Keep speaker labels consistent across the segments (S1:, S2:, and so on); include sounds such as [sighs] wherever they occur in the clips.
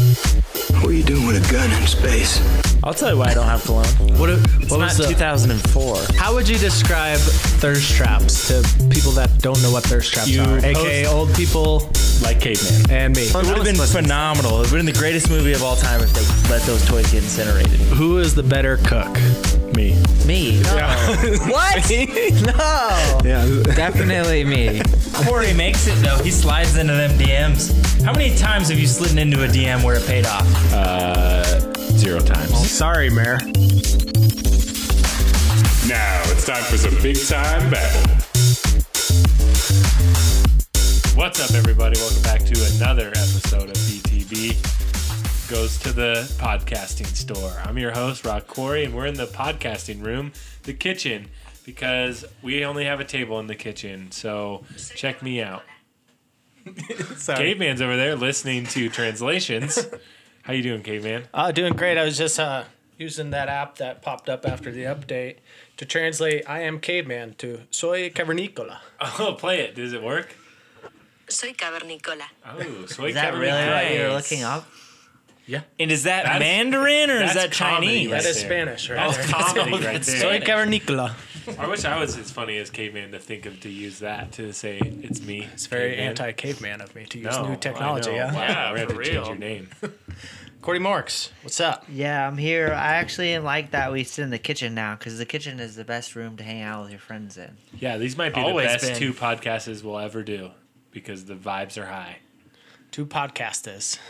S1: What are you doing with a gun in space?
S2: I'll tell you why I don't have cologne.
S3: What,
S2: It's
S3: what
S2: not
S3: was the,
S2: 2004.
S3: how would you describe thirst traps to people that don't know what thirst traps
S4: You
S3: are? AKA
S4: post-
S3: old people
S4: like caveman.
S3: and me.
S2: It would have been phenomenal. It would have been the greatest movie of all time if they let those toys get incinerated.
S3: Who is the better cook?
S4: Me.
S2: Me? No. [laughs] what? [laughs] no.
S3: Yeah.
S5: Definitely me.
S4: Corey makes it though. He slides into them DMs. How many times have you slid into a DM where it paid off? Uh, zero times.
S3: Sorry, Mayor.
S6: Now it's time for some big time babble. What's up, everybody? Welcome back to another episode of BTB Goes to the Podcasting Store. I'm your host, Rock Quarry, and we're in the podcasting room, the kitchen, because we only have a table in the kitchen. So check me [laughs] out.
S3: Sorry.
S6: Caveman's over there listening to [laughs] translations. How you doing, Caveman?
S3: Oh, doing great. I was just uh, using that app that popped up after the update to translate I am caveman to soy cavernicola.
S6: [laughs] Oh, play it. Does it work?
S7: Soy cavernícola.
S6: Oh, soy
S5: Is that
S6: cabernet.
S5: really what you're looking up?
S2: And is that
S6: That's-
S2: Mandarin or is that
S6: that's comedy
S2: Chinese?
S6: right
S3: That is
S6: there.
S3: Spanish, right?
S5: [laughs]
S6: That's comedy right there.
S3: [laughs] soy cavernicola.
S6: I wish I was as funny as caveman to think of to use that to say it's me.
S3: It's very anti caveman of me to use
S6: No,
S3: new technology.
S6: I know.
S3: Yeah.
S6: Wow,
S4: Yeah,
S6: we have to
S4: for
S6: change
S4: real.
S6: your name.
S3: Cordy Marks, what's up?
S5: Yeah, I'm here. I actually didn't like that we sit in the kitchen now because the kitchen is the best room to hang out with your friends in.
S6: Yeah, these might be
S2: Always
S6: the best
S2: been.
S6: two podcasts we'll ever do because the vibes are high.
S3: Two podcasters.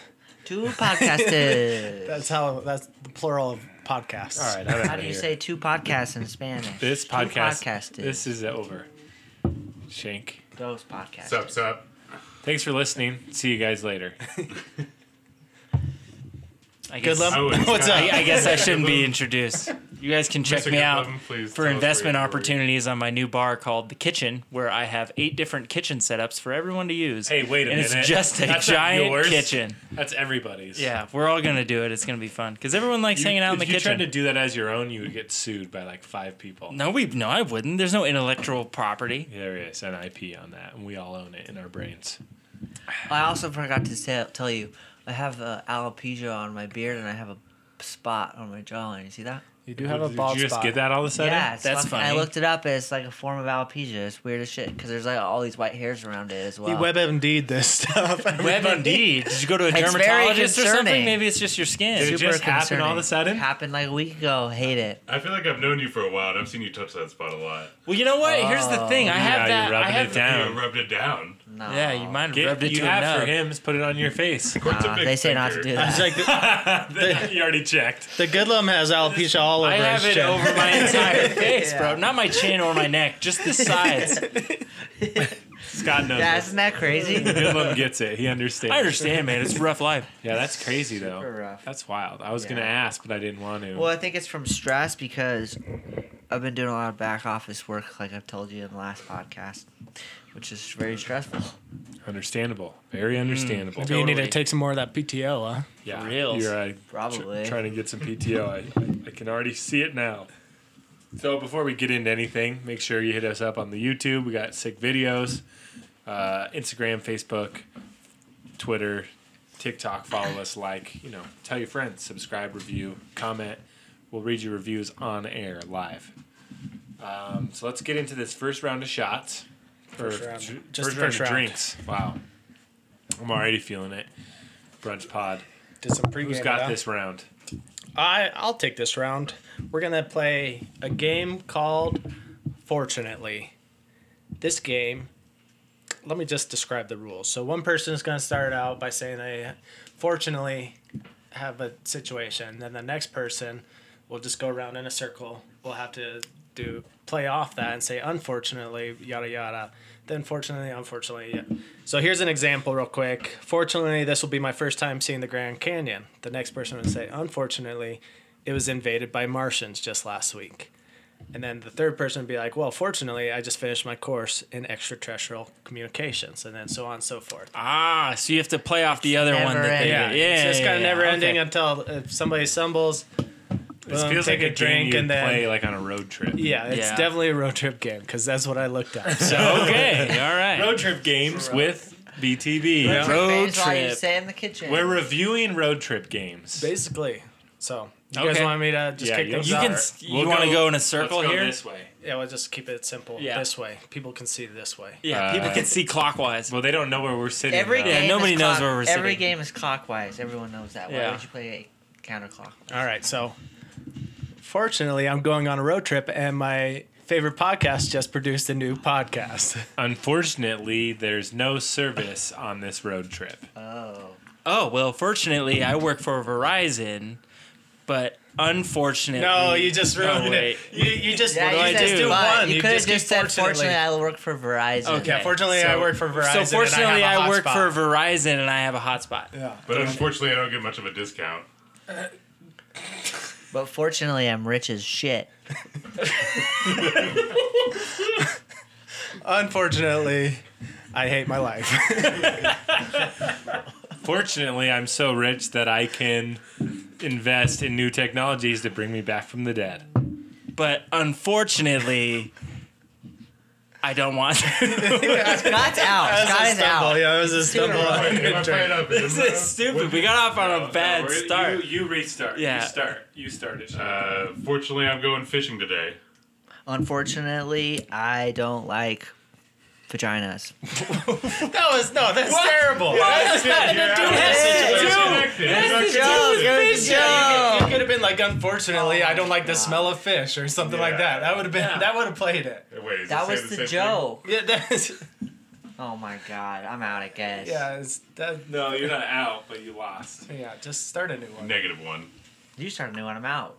S5: Two podcasters.
S3: That's how. That's the plural of podcasts.
S6: All right, I'm
S5: How
S6: outta
S5: do you
S6: here.
S5: say two podcasts in Spanish?
S6: this
S5: Two
S6: podcast?
S5: podcasters.
S6: This is over. Shank.
S5: those podcasts.
S8: Sup, sup.
S6: Thanks for listening. See you guys later.
S2: I guess,
S3: Good luck.
S8: Oh,
S3: [laughs]
S8: it's
S3: What's
S8: not-
S3: up?
S2: [laughs] I, I guess I shouldn't be introduced. You guys can check
S8: Mr.
S2: me out
S8: Goodlum, please
S2: for
S8: tell us
S2: investment
S8: where you-
S2: opportunities on my new bar called The Kitchen, where I have eight different kitchen setups for everyone to use.
S6: Hey, wait a
S2: and
S6: minute.
S2: It's just a
S6: That's not
S2: giant
S6: yours.
S2: kitchen.
S6: That's everybody's.
S2: Yeah, we're all gonna do it. It's gonna be fun because everyone likes
S6: You,
S2: hanging out in the
S6: if you
S2: kitchen.
S6: tried to do that as your own, you would get sued by like five people.
S2: no, we no, I wouldn't. There's no intellectual
S6: [laughs]
S2: property.
S6: There is an IP on that, and we all own it in our brains.
S5: I also forgot to tell, tell you, I have uh, alopecia on my beard and I have a spot on my jawline. You see that?
S3: You do have a
S6: Did
S3: bald
S6: you just
S3: spot.
S6: get that all of a sudden?
S5: yeah, it's
S2: That's
S5: fucking-
S2: funny.
S5: I looked it up. It's like a form of alopecia. It's weird as shit because there's like all these white hairs around it as
S3: He
S5: well.
S3: web indeed this stuff. [laughs]
S2: WebMD. Did you go to a
S5: very
S2: dermatologist or something?
S5: concerning.
S2: Maybe it's just your skin.
S6: Did it
S5: Super
S6: just happen all of a sudden?
S5: Happened like a week ago. Hate it.
S8: I feel like I've known you for a while, and I've seen you touch that spot a lot.
S2: Well, you know what? Here's the thing. I have
S6: Oh, Yeah,
S2: that.
S6: you're
S2: I
S6: rubbing
S2: have
S6: it down.
S8: You rubbed it down.
S5: No.
S2: Yeah, you might have
S6: Get-
S2: rubbed it
S6: you
S2: to
S6: have
S2: enough.
S6: for hymns, put it on
S3: [laughs]
S6: your face. [laughs]
S8: What's a
S5: Uh,
S8: big
S5: they say not to
S8: finger?
S5: do
S3: It's
S5: that.
S3: like the,
S6: you already checked.
S3: the Goodlum has alopecia all over
S2: I have
S3: his
S2: it
S3: chin.
S2: over my
S5: [laughs]
S2: entire face,
S5: Yeah.
S2: bro. Not my chin or my neck, just the
S5: [laughs]
S2: sides.
S6: Scott knows.
S5: Yeah,
S6: That's
S5: isn't that crazy?
S6: Goodlum gets it. He understands.
S2: I understand, man. It's a rough life.
S6: Yeah, that's crazy though.
S5: Super [laughs]
S6: [laughs]
S5: rough.
S6: That's wild. I was gonna
S5: Yeah.
S6: ask, but I didn't want to.
S5: well, I think it's from stress because I've been doing a lot of back office work, like I've told you in the last podcast, which is very stressful.
S6: Understandable. Very understandable.
S3: Hmm. Maybe [laughs] you need to take some more of that PTO, huh?
S6: yeah,
S2: For reals.
S6: You're uh, tr-
S5: Probably.
S6: trying to get some PTO. I, I can already see it now. So before we get into anything, make sure you hit us up on the YouTube. We got sick videos, uh, Instagram, Facebook, Twitter, TikTok. Follow us, like, you know, tell your friends, subscribe, review, comment. We'll read your reviews on air live. Um, so let's get into this first round of shots.
S3: First round.
S6: dr-
S3: Just
S6: first
S3: the
S6: round
S3: first
S6: of
S3: round.
S6: drinks. Wow. I'm already feeling it. Brunch pod.
S3: Did some pregame.
S6: Who's got
S3: huh?
S6: this round?
S3: I I'll take this round. We're gonna play a game called Fortunately. This game. Let me just describe the rules. So one person is gonna start out by saying they fortunately have a situation. Then the next person will just go around in a circle. We'll have to do play off that and say unfortunately yada yada. Then fortunately unfortunately. Yeah. So here's an example, real quick. Fortunately, this will be my first time seeing the Grand Canyon. The next person would say, unfortunately, it was invaded by Martians just last week. And then the third person would be like, well, fortunately, I just finished my course in extraterrestrial communications, and then so on and so forth.
S2: Ah, so you have to play off the other
S5: never
S2: one. That they, yeah,
S3: Yeah,
S2: yeah. yeah
S3: So it's kind of
S2: yeah,
S3: never
S2: okay.
S3: ending until if somebody stumbles.
S6: This
S3: boom,
S6: feels like
S3: take
S6: a drink and
S3: then
S6: play like on a road trip.
S3: yeah, it's
S2: Yeah.
S6: [laughs]
S3: definitely a road trip game because that's what I looked up. So
S2: Okay, [laughs] all right.
S6: Road trip games with BTB.
S3: Yeah.
S6: Road
S5: That's all you
S6: trip.
S5: say in the kitchen.
S6: We're reviewing road trip games.
S3: Basically. So, you guys
S2: Okay.
S3: want me to just
S6: Yeah,
S3: kick
S6: you-
S3: things
S2: You
S3: off?
S2: can.
S6: Alright.
S2: You
S6: We'll
S2: want to
S6: go-
S2: go in a circle
S6: Let's go
S2: here?
S6: this way.
S3: Yeah, we'll just keep it simple
S2: Yeah.
S3: this way. People can see this way.
S2: Yeah,
S6: Uh,
S2: people can see clockwise.
S6: Well, they don't know where we're sitting.
S5: Every
S6: though.
S5: game is
S2: nobody knows
S5: clock-
S2: where we're
S5: Every
S2: sitting.
S5: game is clockwise. Everyone knows that. Why
S2: Yeah.
S5: would you play a counterclock?
S3: All right, so fortunately, I'm going on a road trip, and my favorite podcast just produced a new podcast. [laughs]
S6: Unfortunately, there's no service on this road trip.
S5: Oh.
S2: Oh well, fortunately, I work for Verizon, but unfortunately,
S3: No, you just
S2: No,
S3: ruined
S2: wait.
S3: it. You, you just
S5: Yeah,
S3: you
S5: you
S3: just
S5: said
S3: do
S5: but.
S3: one.
S5: You, could have just,
S3: keep
S5: said, fortunately, I work for Verizon.
S2: Okay.
S3: yeah, fortunately, I
S2: So-
S3: work for
S2: So
S3: Verizon.
S2: fortunately,
S3: and I,
S2: I,
S3: have a
S2: work
S3: hotspot.
S2: for Verizon and I have a hotspot.
S8: But unfortunately, I don't get much of a discount.
S5: But fortunately, I'm rich as shit.
S3: Unfortunately, I hate my
S5: [laughs]
S3: life.
S6: Fortunately, I'm so rich that I can invest in new technologies to bring me back from the dead.
S2: But unfortunately, I don't want. [laughs]
S5: Scott's out. Scott is out.
S3: Yeah, it was a stumble.
S8: Wait, am I playing up?
S2: this is stupid. We got off on a bad
S6: Oh, We're-
S2: start.
S6: You, you restart.
S2: Yeah.
S6: You start. You start it.
S8: Uh, fortunately, I'm going fishing today.
S5: Unfortunately, I don't like vaginas.
S3: [laughs] That was no, that's terrible.
S5: Good job. Good
S3: Yeah, you, could have been like, unfortunately, I don't like the
S5: Oh,
S3: smell of fish or something like that. That would have been that would have played it.
S8: Wait, is
S5: That
S8: it say
S5: was
S8: the
S5: the
S8: same thing?
S5: joke.
S3: Yeah, that's
S5: Oh my god, I'm out. I guess.
S3: yeah, it's, that
S6: no, you're not out, but you lost.
S3: yeah. Just start a new one.
S8: Negative one.
S5: You start a new one. I'm out.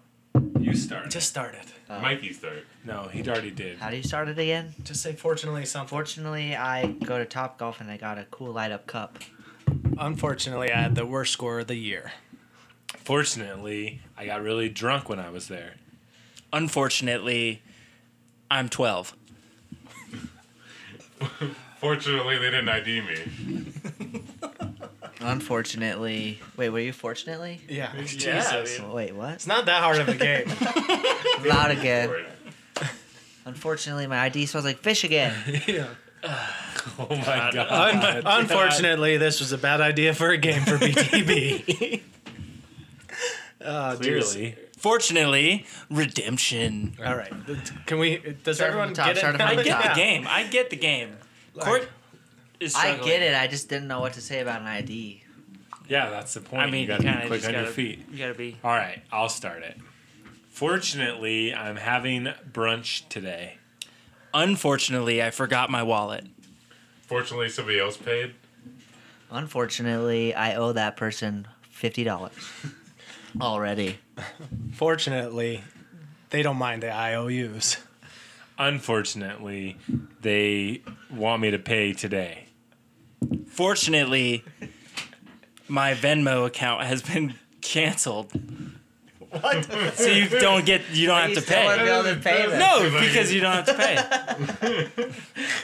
S6: You start.
S3: Just start it.
S8: Mikey's third.
S6: no, he already did.
S5: How do you start it again?
S3: Just say fortunately something.
S5: Fortunately, I go to Top Golf and I got a cool light up cup.
S3: Unfortunately, I had the worst score of the year.
S6: Fortunately, I got really drunk when I was there.
S2: Unfortunately, I'm 12.
S8: Fortunately, they didn't ID me.
S5: Unfortunately, wait, were you fortunately?
S3: [laughs] Yeah,
S6: Jesus.
S5: Wait, what?
S3: it's [laughs] not that hard of a game.
S5: I'm out again.
S8: Wait,
S5: Unfortunately, my ID smells like fish again.
S8: [laughs]
S3: yeah.
S6: Oh [laughs] my god.
S3: Unfortunately, this was a bad idea for a game for [laughs] BTB. Oh, geez.
S6: Clearly.
S2: Fortunately, redemption.
S3: All right. Can we? Does
S5: Start from
S3: everyone
S5: the top,
S3: get it?
S5: start from
S3: now?
S5: the
S2: I get
S5: Yeah.
S2: the game. I get the game. Court is
S5: I
S2: struggling.
S5: get it. I just didn't know what to say about an ID.
S6: Yeah, that's the point.
S2: I mean,
S6: you
S2: you,
S6: gotta
S2: kind
S6: be
S2: of
S6: quick
S2: just
S6: on
S2: gotta,
S6: your feet.
S2: You gotta be.
S6: All right, I'll start it. Fortunately, I'm having brunch today.
S2: Unfortunately, I forgot my wallet.
S8: Fortunately, somebody else paid.
S5: Unfortunately, I owe that person fifty
S8: [laughs]
S5: dollars already.
S3: Fortunately, they don't mind the IOUs.
S6: Unfortunately, they want me to pay today.
S2: Fortunately, my Venmo account has been canceled. What? so you don't get. You don't have
S5: You
S2: to
S5: still wanna
S2: pay.
S5: be able to pay them.
S2: No, because you don't have to pay.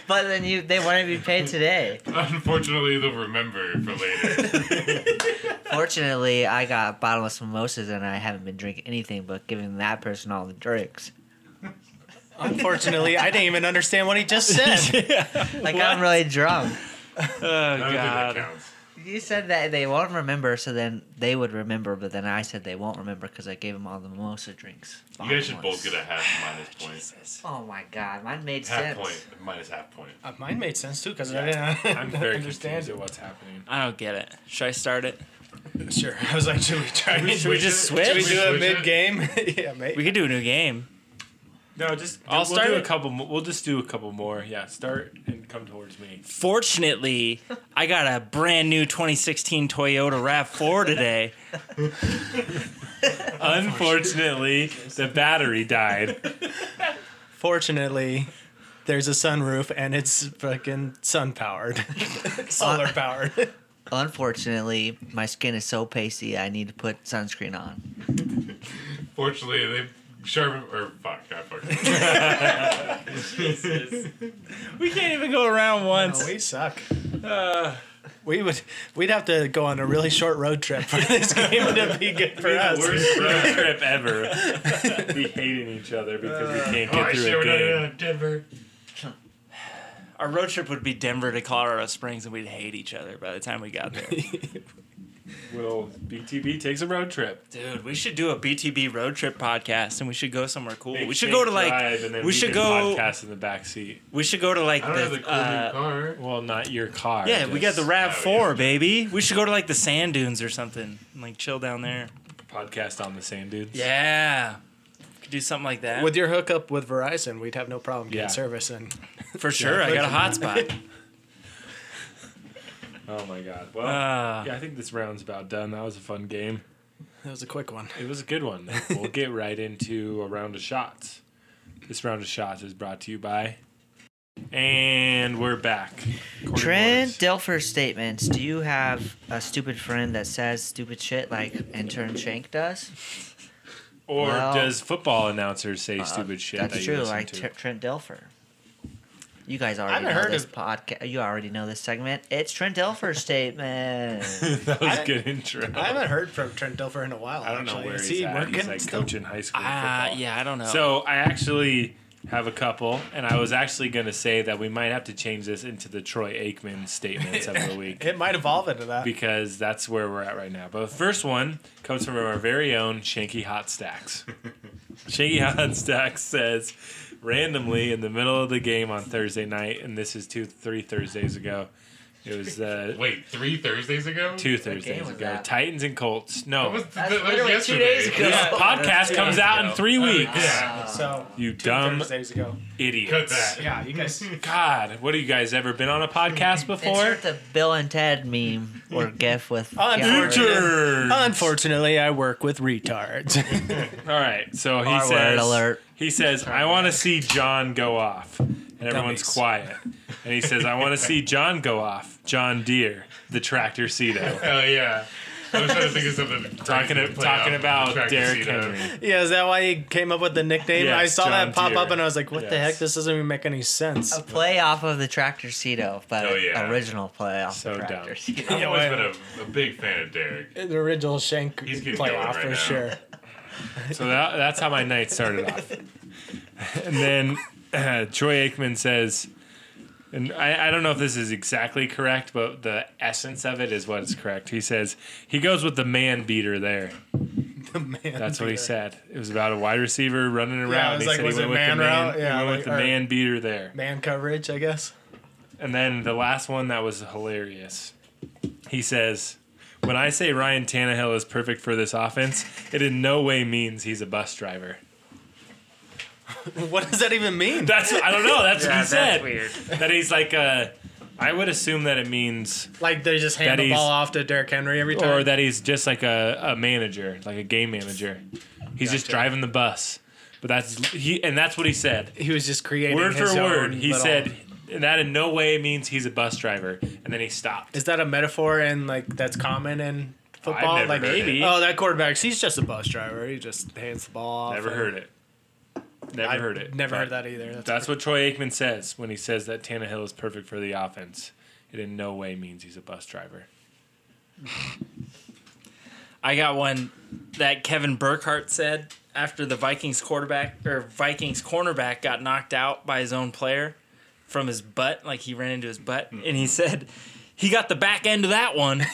S5: but then you they want to be paid today.
S8: Unfortunately, they'll remember for later.
S5: Fortunately, I got bottomless mimosas and I haven't been drinking anything but giving that person all the drinks.
S3: Unfortunately, I didn't even understand what he [laughs] just said.
S5: [laughs] Like I'm really drunk.
S2: Oh
S8: I don't think that
S2: god.
S8: counts.
S5: You said that they won't remember, so then they would remember, but then I said they won't remember because I gave them all the mimosa drinks.
S8: You guys should both get a half minus point.
S5: Oh my god, mine made
S8: Half
S5: sense.
S8: point. Minus half point.
S3: Uh, Mine made sense too because I
S6: [laughs]
S3: didn't
S6: I'm very
S3: understand
S6: confused at what's happening.
S2: I don't get it. Should I start it?
S3: it. Sure, I was like, should we try?
S2: Should we just
S3: Should we
S2: switch?
S3: do it
S8: Switch it?
S3: mid game? [laughs] yeah, mate.
S2: We could do a new game.
S6: No, just
S2: I'll
S6: we'll
S2: start
S6: do a
S2: it.
S6: couple. mo- We'll just do a couple more. Yeah, start and come towards me.
S2: Fortunately, I got a brand new 2016 Toyota RAV4 today.
S6: Unfortunately, the battery died.
S3: Fortunately, there's a sunroof and it's fucking sun [laughs] powered, solar powered.
S5: Unfortunately, my skin is so pasty, I need to put sunscreen on.
S8: Fortunately, they sharp or fuck.
S6: [laughs]
S8: I fucked. up.
S2: [laughs] We can't even go around once.
S3: Oh, we suck. Uh, we would we'd have to go on a really short road trip for this [laughs] game to be good for us.
S6: Worst road trip ever. [laughs] we hating each other because we can't
S8: Oh,
S6: get
S8: I
S6: through
S8: shit,
S6: a
S8: we're not
S6: game.
S8: in Denver.
S2: Our road trip would be Denver to Colorado Springs, and we'd hate each other by the time we got [laughs] there.
S6: Will BTB takes a road trip?
S2: Dude, we should do a BTB road trip podcast, and we should go somewhere cool.
S6: Make
S2: we should
S6: Jake
S2: go to like
S6: drive, and then
S2: we should
S6: can
S2: go.
S6: podcast in the back seat.
S2: We should go to like
S8: I don't have the
S2: the.
S8: cool
S2: uh,
S8: new car.
S6: Well, not your car.
S2: yeah, we got
S6: just
S2: the Rav
S8: yeah.
S2: Four, baby. We should go to like the sand dunes or something, and like chill down there.
S6: podcast on the sand dudes.
S2: Yeah, could do something like that
S3: With your hookup with Verizon, we'd have no problem getting
S6: Yeah.
S3: service. And
S2: for sure. I got a hotspot. [laughs]
S6: Oh my god. Well,
S2: Uh.
S6: yeah, I think this round's about done. That was a fun game.
S3: that was a quick one.
S6: It was a good
S2: [laughs]
S6: one. we'll get right into a round of shots. This round of shots is brought to you by. And we're back. Corey
S5: Trent
S6: Morris.
S5: Delfer statements. Do you have a stupid friend that says stupid shit like intern Shank does?
S6: Or
S5: Well- uh,
S6: does football announcers say stupid shit
S5: That's
S6: that you
S5: true.
S6: listen
S5: Like
S6: to?
S5: Tre- Trent Delfer. You guys already
S3: haven't
S5: know
S3: heard
S5: this
S3: of-
S5: podcast. You already know this segment. It's Trent Delfer statement.
S6: [laughs] that was
S3: I-
S6: a good intro.
S3: I haven't heard from Trent Dilfer in a while.
S6: I don't know
S3: actually.
S6: where
S3: Is
S6: he's
S3: he
S6: at.
S3: working
S6: He's like
S3: still?
S6: coaching high school
S2: Ah,
S6: football.
S2: yeah, I don't know.
S6: So I actually have a couple, and I was actually going to say that we might have to change this into the Troy Aikman statements of
S3: [laughs]
S6: the week
S3: It might evolve into that.
S6: because that's where we're at right now. But the first one comes from our very own Shanky
S3: [laughs]
S6: Hot Stacks. Shanky Hot Stacks says randomly in the middle of the game on Thursday night, and this is two, three Thursdays ago. It was uh,
S8: Wait, three Thursdays ago?
S6: two
S5: game
S6: Thursdays
S5: was
S6: ago.
S5: that?
S6: Titans and Colts. No,
S8: That was, that
S5: That's
S8: was
S5: literally two
S8: yesterday.
S5: days ago.
S6: this
S5: Yeah.
S6: podcast comes out in three weeks.
S8: [laughs] Yeah,
S3: so
S6: You
S3: two
S6: dumb
S3: Thursdays ago.
S6: idiots.
S8: cut that.
S3: Yeah, you guys.
S6: God, what have you guys ever been on a podcast [laughs] before?
S5: Insert the Bill and Ted meme or GIF with.
S3: Unfortunate.
S6: Turd.
S3: Unfortunately, I work with retards. [laughs]
S6: All right, so he
S5: R word
S6: says.
S5: alert.
S6: He says, "I want to see John go off," and everyone's
S3: Dummies.
S6: quiet. And he says, "I want to see John go off." John Deere, the tractor Cedo.
S8: Hell yeah. I was trying to think of something.
S6: Talking,
S8: crazy to play
S6: talking
S8: off the
S6: about
S8: track to see
S6: Derrick
S8: that.
S6: Henry.
S3: yeah, is that why he came up with the nickname?
S6: Yes,
S3: I saw
S6: John
S3: that pop
S6: Deere.
S3: up and I was like, what the
S6: Yes.
S3: heck? This doesn't even make any sense.
S5: A play off of the Tractor Cedo, but
S8: Oh, yeah.
S5: original play off
S6: So
S5: the
S6: dumb.
S5: Tractor Cedo.
S8: I've
S3: Yeah,
S8: always
S3: why-
S8: been a, a big fan of Derek.
S3: the original Shank
S8: He's getting going
S3: playoff
S8: right
S3: for
S6: [laughs]
S8: now.
S3: sure.
S6: So that, that's how my night started off. And then uh, Troy Aikman says, and I, I don't know if this is exactly correct, but the essence of it is what is correct. He says, he goes with the man beater there.
S3: The man
S6: That's what he
S3: beater.
S6: said. It was about a wide receiver running around.
S3: it was
S6: he
S3: like,
S6: said
S3: was
S6: he
S3: it
S6: went with
S3: man
S6: the man,
S3: route? Yeah,
S6: he went
S3: like,
S6: with the
S3: or-
S6: man beater there.
S3: Man coverage, I guess.
S6: And then the last one that was hilarious. He says, when I say Ryan Tannehill is perfect for this offense, it in no way means he's a bus driver.
S3: [laughs] What does that even mean?
S6: That's I don't know. That's what he
S5: that's
S6: said.
S5: weird.
S6: That he's like uh, I would assume that it means
S3: Like they just hand
S6: That
S3: the
S6: he's-
S3: ball off to Derrick Henry every time.
S6: or that he's just like a, a manager, like a game manager. He's just driving the bus. But that's he and that's what he said.
S3: he was just creating
S6: Word for
S3: his own
S6: word. He
S3: little-
S6: said that in no way means he's a bus driver. And then he stopped.
S3: Is that a metaphor and like that's common in football?
S6: never
S3: like
S6: heard it.
S3: Oh, that quarterback, he's just a bus driver. He just hands the ball off.
S6: Never
S3: and-
S6: heard it. Never
S3: I've
S6: heard it.
S3: Never
S6: But
S3: heard that either. That's,
S6: That's what Troy Aikman says when he says that Tannehill is perfect for the offense. It in no way means he's a bus driver.
S2: I got one that Kevin Burkhardt said after the Vikings quarterback or Vikings cornerback got knocked out by his own player from his butt, like he ran into his butt, and he said he got the back end of that one.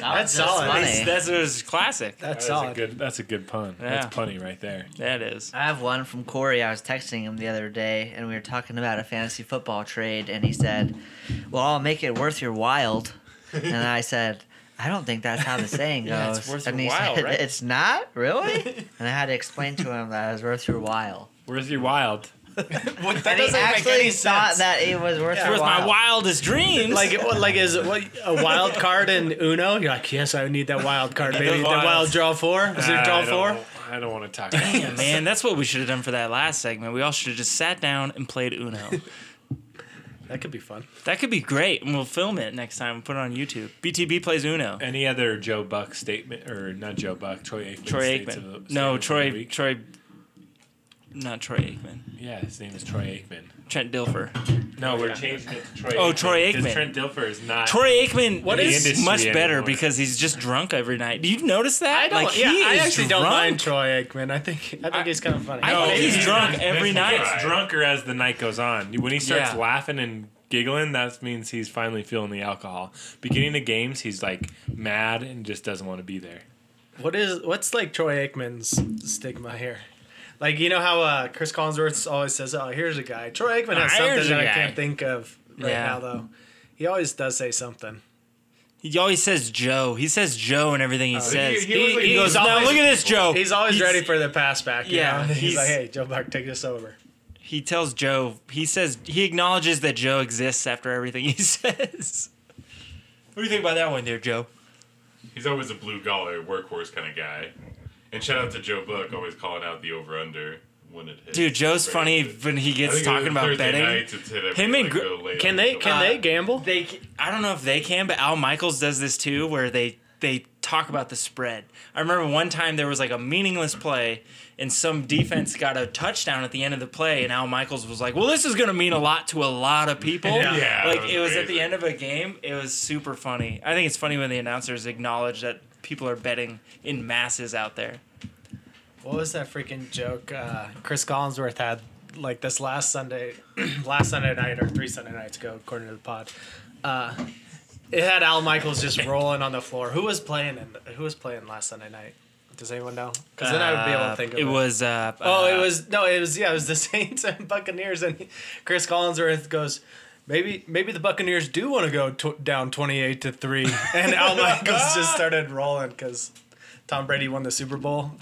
S5: That's
S3: solid.
S5: Funny.
S2: That's it was classic.
S3: that's
S6: That's a
S3: solid.
S6: good that's a good pun.
S2: Yeah.
S6: That's punny right there.
S2: That is.
S5: I have one from Corey. I was texting him the other day, and we were talking about a fantasy football trade, and he said, "Well, I'll make it worth your while." and
S2: [laughs]
S5: I said, "I don't think that's how the saying goes."
S2: Yeah, it's worth
S5: and
S2: your
S5: he
S2: while,
S5: said,
S2: right?
S5: "It's not
S2: [laughs]
S5: really." and I had to explain to him that it was worth your while.
S6: Where's your wild?
S3: What,
S5: and he actually thought that it was worth
S2: It
S5: your
S2: was
S5: while.
S2: my wildest dreams.
S3: like what, like is what a wild card in Uno? You're like, yes, I need that wild card, baby. The
S6: wild.
S3: wild draw four. Is it draw
S6: I
S3: four?
S6: don't, I don't want to talk about
S2: Damn, [laughs] man, that's what we should have done for that last segment. We all should have just sat down and played Uno.
S3: That could be fun.
S2: that could be great, and we'll film it next time and put it on YouTube. BTB plays Uno.
S6: Any other Joe Buck statement, or not Joe Buck, Troy Aikman?
S2: Troy
S6: states of the-
S2: Aikman.
S6: statements
S2: No,
S6: of the
S2: Troy.
S6: week?
S2: Troy. Not Troy Aikman.
S6: Yeah, his name is Troy Aikman.
S2: Trent Dilfer.
S6: No, we're changing it to Troy.
S2: Oh, Troy
S6: 'cause
S2: Aikman.
S6: Trent Dilfer is not.
S2: Troy Aikman
S6: What is-
S2: is,
S6: industry
S2: much better
S6: anymore.
S2: because he's just drunk every night. Do you notice that?
S3: I don't.
S2: like,
S3: yeah,
S2: he
S3: I
S2: is
S3: actually
S2: drunk.
S3: don't mind Troy Aikman. I think I think he's kind of funny.
S2: I
S6: No,
S2: think he's drunk every
S6: He
S2: night.
S6: gets drunker as the night goes on. When he starts
S2: Yeah.
S6: laughing and giggling, that means he's finally feeling the alcohol. Beginning of games, he's like mad and just doesn't want to be there.
S3: What is what's like Troy Aikman's stigma here? Like you know how uh, Chris Collinsworth always says, "Oh, here's a guy." Troy Aikman has
S2: Ah, Here's
S3: something
S2: a
S3: that I
S2: guy.
S3: can't think of right
S2: Yeah.
S3: now though. He always does say something.
S2: He always says Joe. He says Joe and everything he says.
S8: Oh, he was
S2: He-
S8: like-
S2: he
S8: he's
S2: goes, now
S3: always-
S2: look at this Joe.
S3: He's always ready for the pass back. you
S2: Oh, Yeah,
S3: know? [laughs] he's,
S2: he's-
S3: like, "Hey, Joe Buck, take this over."
S2: He tells Joe. He says he acknowledges that Joe exists after everything he [laughs] says. What do you think about that one, there, Joe?
S8: He's always a blue collar workhorse kind of guy. And shout out to Joe Buck, always calling out the over under when it hits.
S2: Dude, Joe's
S8: Right.
S2: funny
S8: I
S2: when he
S8: think
S2: gets
S8: it
S2: talking
S8: was
S2: about
S8: Thursday
S2: betting.
S8: nights, it's hit every,
S2: Him and Gr-
S8: go late
S3: Can
S8: on
S3: they
S8: the-
S2: Uh,
S3: can they gamble?
S2: they I don't know if they can, but Al Michaels does this too, where they they talk about the spread. I remember one time there was like a meaningless play, and some defense got a touchdown at the end of the play, and Al Michaels was like, "Well, this is gonna mean a lot to a lot of people."
S3: Yeah.
S8: Yeah,
S2: like
S8: that was
S2: it was at the
S8: amazing.
S2: end of a game. It was super funny. I think it's funny when the announcers acknowledge that people are betting in masses out there.
S3: What was that freaking joke uh, Chris Collinsworth had like this last Sunday, [clears throat] last Sunday night or three Sunday nights ago, according to the pod? Uh, it had Al Michaels just rolling on the floor. Who was playing? In, who was playing last Sunday night? Does anyone know? Because then I would be able to think of it.
S2: It was. Uh,
S3: Oh, it
S2: uh,
S3: was no, it was yeah, it was the [laughs] Saints and Buccaneers, and Chris Collinsworth goes. Maybe maybe the Buccaneers do want to go tw down twenty eight
S2: [laughs]
S3: to three, and Al
S2: Oh,
S3: Michaels just started rolling because Tom Brady won the Super Bowl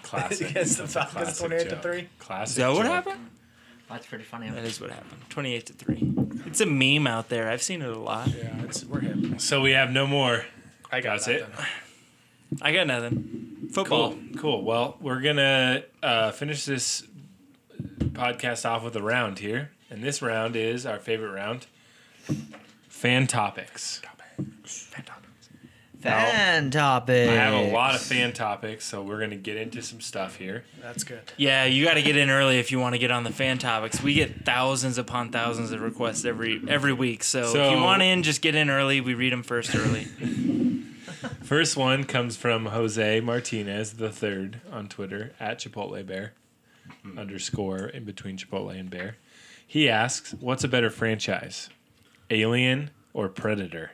S3: [laughs]
S6: Classic.
S3: against the
S6: That's a
S3: Falcons
S6: classic
S3: twenty eight to
S6: joke.
S3: three.
S6: Classic.
S2: Is that what
S6: joke.
S2: happened?
S5: That's pretty funny.
S2: That is what happened. Twenty-eight to three. It's a meme out there. I've seen it a lot.
S3: Yeah, it's, we're him.
S6: So we have no more.
S3: I got
S6: That's
S3: that
S6: it.
S3: done.
S2: I got nothing. Football.
S6: Cool. Cool. Well, we're gonna uh, finish this podcast off with a round here, and this round is our favorite round: fan topics.
S5: Fan topic.
S6: I have a lot of fan topics, so we're gonna get into some stuff here.
S3: That's good.
S2: Yeah, you got to get in early if you want to get on the fan topics. We get thousands upon thousands of requests every every week. So, if
S6: So-
S2: you want in, just get in early. We read them first early.
S6: First one comes from Jose Martinez the third on Twitter at Chipotle Bear underscore in between Chipotle and Bear. He asks, "What's a better franchise, Alien or Predator?"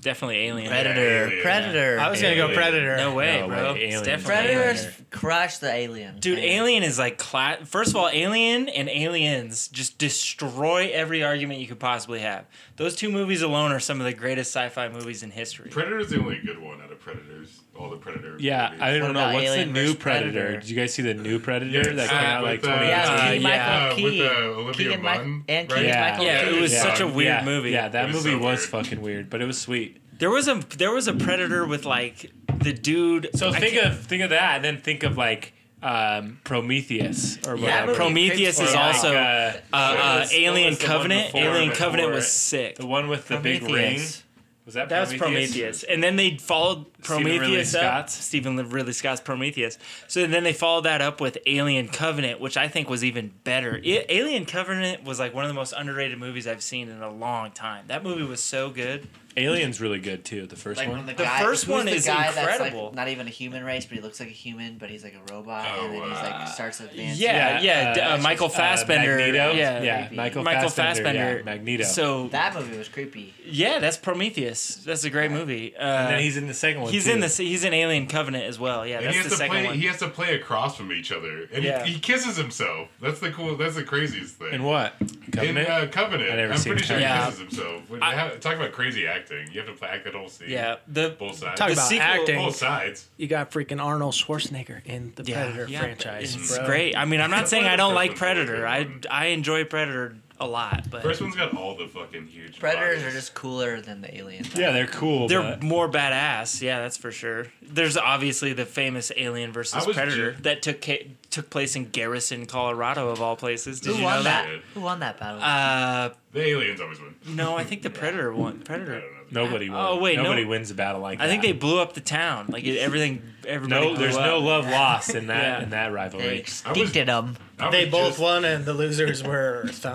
S2: Definitely Alien.
S5: Predator.
S8: Yeah.
S5: Predator.
S3: I was gonna go
S8: Alien.
S3: Predator.
S2: No way,
S6: No
S2: bro.
S6: way,
S2: It's
S6: Alien.
S2: definitely Alien.
S5: Predators crush the alien.
S2: Dude,
S5: Fan.
S2: Alien is like cla- first of all, Alien and Aliens just destroy every argument you could possibly have. Those two movies alone are some of the greatest sci-fi movies in history.
S8: Predator's the only good one out of Predators. All the Predator.
S6: Yeah,
S8: movies.
S6: I
S5: What
S6: don't know.
S5: about
S6: What's the
S5: Alien
S6: new
S5: versus
S6: Predator?
S5: Predator?
S6: Did you guys see the new Predator
S8: Yeah,
S6: that came out like
S8: with, uh,
S6: 2018?
S5: Yeah, Keegan
S8: Uh,
S5: Michael
S8: with,
S5: Key.
S8: uh, Olivia
S5: Keegan Mi-
S8: Munn,
S5: and
S8: right?
S5: Keegan
S6: Yeah.
S5: Michael
S2: Yeah,
S5: Key.
S2: it was such a weird
S6: yeah,
S2: movie.
S6: Yeah, that
S8: It was
S6: movie
S8: so
S6: was
S8: weird.
S6: fucking weird, but it was sweet.
S2: There was a there was a Predator with like the dude.
S6: So
S2: I
S6: think
S2: can't-
S6: of think of that, and then think of like um, Prometheus or
S5: that
S6: whatever.
S5: movie
S2: Prometheus
S5: creeps
S2: is
S5: me out.
S2: also-
S6: uh,
S2: uh, uh,
S6: was- what
S2: Alien
S6: was the one
S2: Covenant.
S6: before
S2: Alien
S6: it?
S2: Covenant was
S6: Before it?
S2: sick.
S6: the one with the big ring.
S5: Prometheus.
S6: Was that
S2: That was Prometheus, and then they followed
S6: Stephen Ridley
S2: Prometheus up.
S6: Scott's?
S2: Stephen Li- Ridley Scott's Prometheus. So then they followed that up with Alien Covenant, which I think was even better. I- Alien Covenant was like one of the most underrated movies I've seen in a long time. That movie was so good.
S6: Alien's really good too. The first
S5: Like when
S6: one.
S5: the,
S2: The
S5: guy,
S2: first
S5: who's
S2: one
S5: the
S2: is
S5: guy That's
S2: incredible.
S5: like not even a human race, but he looks like a human, but he's like a robot,
S8: Oh,
S5: and then he's like starts advancing.
S2: Yeah, yeah. d- uh,
S6: uh,
S2: Michael
S6: uh,
S2: Fassbender.
S6: Magneto.
S2: Yeah,
S6: yeah. Michael,
S2: Michael
S6: Fassbender.
S2: Fassbender.
S6: yeah, Magneto.
S2: So
S5: that movie was creepy.
S2: yeah, that's Prometheus. That's a great movie. Uh,
S6: and then he's in the second one.
S2: He's
S6: too.
S2: in this. He's in Alien Covenant as well. Yeah,
S8: And
S2: that's
S8: he has
S2: the
S8: to
S2: second
S8: play.
S2: one.
S8: He has to play across from each other, and
S2: Yeah.
S8: he, he kisses himself. That's the cool. That's the craziest thing.
S6: In what?
S8: In
S6: Covenant.
S8: uh, Covenant,
S6: I never
S8: I'm
S6: seen
S8: pretty sure
S2: Covenant.
S8: he kisses himself. When you have- talk about crazy acting. You have to play, act that whole scene.
S2: yeah, the
S8: both sides.
S3: Talk
S2: The
S3: about
S2: sequel-
S3: acting.
S8: both sides.
S3: You got freaking Arnold Schwarzenegger in the
S2: yeah,
S3: Predator
S2: yeah,
S3: franchise.
S2: It's
S3: bro.
S2: great. I mean, I'm not
S8: That's
S2: saying
S8: why
S2: I
S8: the
S2: don't
S8: first
S2: like
S8: one's my favorite
S2: Predator. I
S8: one.
S2: I enjoy Predator a lot, but
S8: First one's got all the fucking huge.
S5: Predators
S8: bodies.
S5: are just cooler than the aliens.
S6: Yeah, they're cool.
S2: they're
S6: but-
S2: more badass. Yeah, that's for sure. There's obviously the famous Alien versus
S8: I was
S2: Predator
S8: ju-
S2: that took ca- took place in Garrison, Colorado, of all places. Did
S5: Who
S2: you
S5: won
S2: know
S5: that?
S2: that?
S8: that?
S5: Who won that battle?
S2: Uh,
S8: the aliens always win.
S2: no, I think the Predator won.
S8: I
S2: Predator.
S8: don't know.
S6: Nobody wins.
S2: Oh, wait, no.
S6: nobody wins a battle like that.
S2: I think they blew up the town. Like it, everything, everybody.
S6: No,
S2: blew
S6: there's
S2: up.
S6: no love lost in that
S2: Yeah.
S6: in that
S5: they
S6: rivalry.
S5: extincted them.
S8: I
S3: They
S8: was
S3: both
S8: just-
S3: won, and the losers were. Th-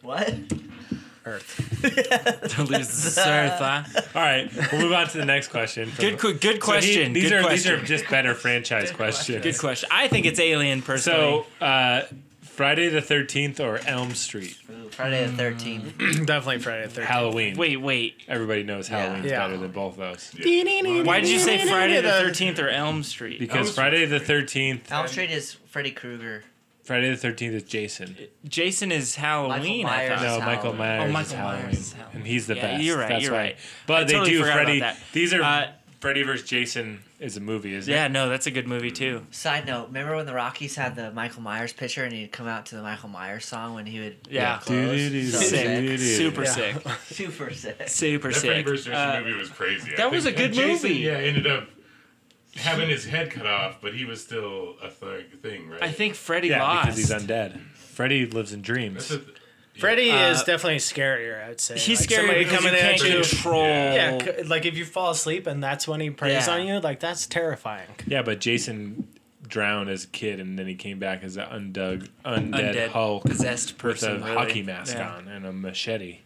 S5: What?
S2: Don't [laughs] lose this earth, huh?
S6: All right, we'll move on to the next question. from-
S2: Good, qu- good
S6: So he-
S2: question.
S6: these
S2: good
S6: are
S2: question.
S6: these are just better franchise questions.
S2: good question. I think it's Alien personally.
S6: So uh, Friday the Thirteenth or Elm Street?
S2: Hmm.
S5: Friday the 13th.
S3: [clears throat] Definitely Friday the 13th.
S6: Halloween.
S2: wait, wait.
S6: Everybody knows Halloween's
S3: Yeah.
S6: better than both of those
S2: Why did you say Friday the Thirteenth or Elm Street?
S6: because
S8: Elm
S6: Friday the Thirteenth.
S5: Elm Street is Freddy Krueger.
S6: Friday the Thirteenth is Jason.
S2: Uh, Jason is Halloween. I
S5: Myers.
S2: thought.
S6: No,
S5: It's
S6: Michael
S5: Halloween.
S6: Myers.
S2: Oh,
S6: is
S2: Michael Myers
S6: Halloween.
S2: is Halloween.
S6: and he's the
S2: Yeah,
S6: best.
S2: you're right,
S6: That's
S2: you're right.
S6: But
S2: I
S6: they
S2: totally
S6: do
S2: forgot about
S6: Freddy.
S2: that.
S6: These are
S2: Uh,
S6: Freddy versus Jason is a movie, isn't
S2: Yeah,
S6: it?
S2: no, that's a good movie too.
S5: Side note, remember when the Rockies had the Michael Myers picture and he'd come out to the Michael Myers song when he would [laughs]
S2: Yeah.
S6: Do-do-do,
S5: So
S2: Sick.
S6: do-do-do.
S2: Super
S6: [laughs]
S2: sick.
S5: super sick.
S2: Super
S8: That Freddy
S2: sick.
S8: vs. Jason
S2: Uh,
S8: movie was crazy. I
S2: that
S8: think.
S2: was a
S8: And
S2: good
S8: Jason,
S2: movie.
S8: Yeah, ended up having his head cut off, but he was still a thug thing, right?
S2: I think Freddy
S6: Yeah,
S2: lost.
S6: because he's undead. Freddy lives in
S8: That's
S6: dreams.
S8: a-
S3: Freddy
S2: Uh,
S3: is definitely scarier, I would say.
S2: He's
S3: Like,
S2: scary
S3: somebody
S2: because you
S3: coming at
S2: can't
S3: you.
S2: control.
S3: Yeah, c- like if you fall asleep and that's when he preys
S2: Yeah.
S3: on you, like that's [laughs] terrifying.
S6: Yeah, but Jason drowned as a kid, and then he came back as an undug, undead,
S2: Undead,
S6: Hulk
S2: possessed
S6: with a
S2: person. really.
S6: hockey mask
S2: Yeah.
S6: on and a machete.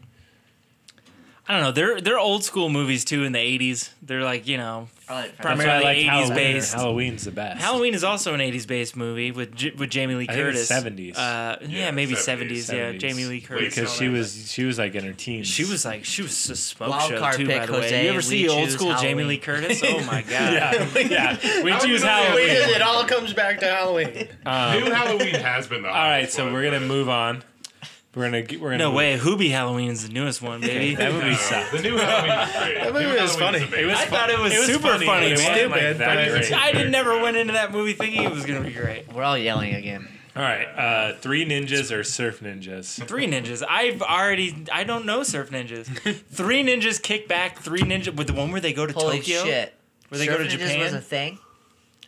S2: I don't know. They're they're old school movies too in the '80s. They're like you know
S5: Probably
S6: That's why I
S2: Primarily
S6: like
S2: 80s
S6: Halloween.
S2: based.
S6: Halloween's the best.
S2: Halloween is also an '80s based movie with J- with Jamie Lee
S6: I think
S2: Curtis.
S6: it's 70s.
S2: Uh, yeah,
S8: Yeah,
S2: maybe 70s.
S8: 70s,
S2: Yeah,
S6: 70s.
S2: Jamie Lee Curtis.
S6: because she was she was like in her teens.
S2: She was like she was a smoke
S5: Wild
S2: show
S5: card
S2: too.
S5: pick,
S2: by the way,
S5: Jose.
S2: you ever
S5: We
S2: see old
S5: choose
S2: school Jamie
S5: Halloween.
S2: Lee Curtis? Oh
S5: [laughs]
S2: my god!
S6: yeah,
S2: [laughs]
S6: yeah. We choose
S3: Wait,
S6: Halloween.
S3: it all comes back to Halloween.
S8: New Halloween has been the.
S6: All right, so we're gonna move on. We're gonna get- we're gonna
S2: No
S6: move-
S2: way, Hoobie Halloween is the newest one, baby.
S6: That movie
S8: No,
S6: sucked.
S8: the new Halloween was great.
S3: That movie
S8: New
S3: was
S8: Halloween
S3: funny.
S8: amazing.
S6: It
S2: [laughs]
S6: was
S2: I thought it was
S6: It was
S2: super
S6: funny,
S2: funny,
S6: it wasn't,
S2: man.
S6: like,
S3: Stupid,
S6: that
S3: but
S6: great.
S3: it's-
S2: I did never went into that movie thinking it was gonna be great.
S5: We're all yelling again.
S6: All right, uh, three ninjas or surf ninjas?
S2: Three ninjas. I've already. I don't know surf
S5: [laughs]
S2: ninjas. three ninjas kick back. Three ninja with the one where they go to
S5: Holy
S2: Tokyo.
S5: shit.
S2: Where they
S5: Surf
S2: go to
S5: Ninjas
S2: Japan?
S5: was a thing?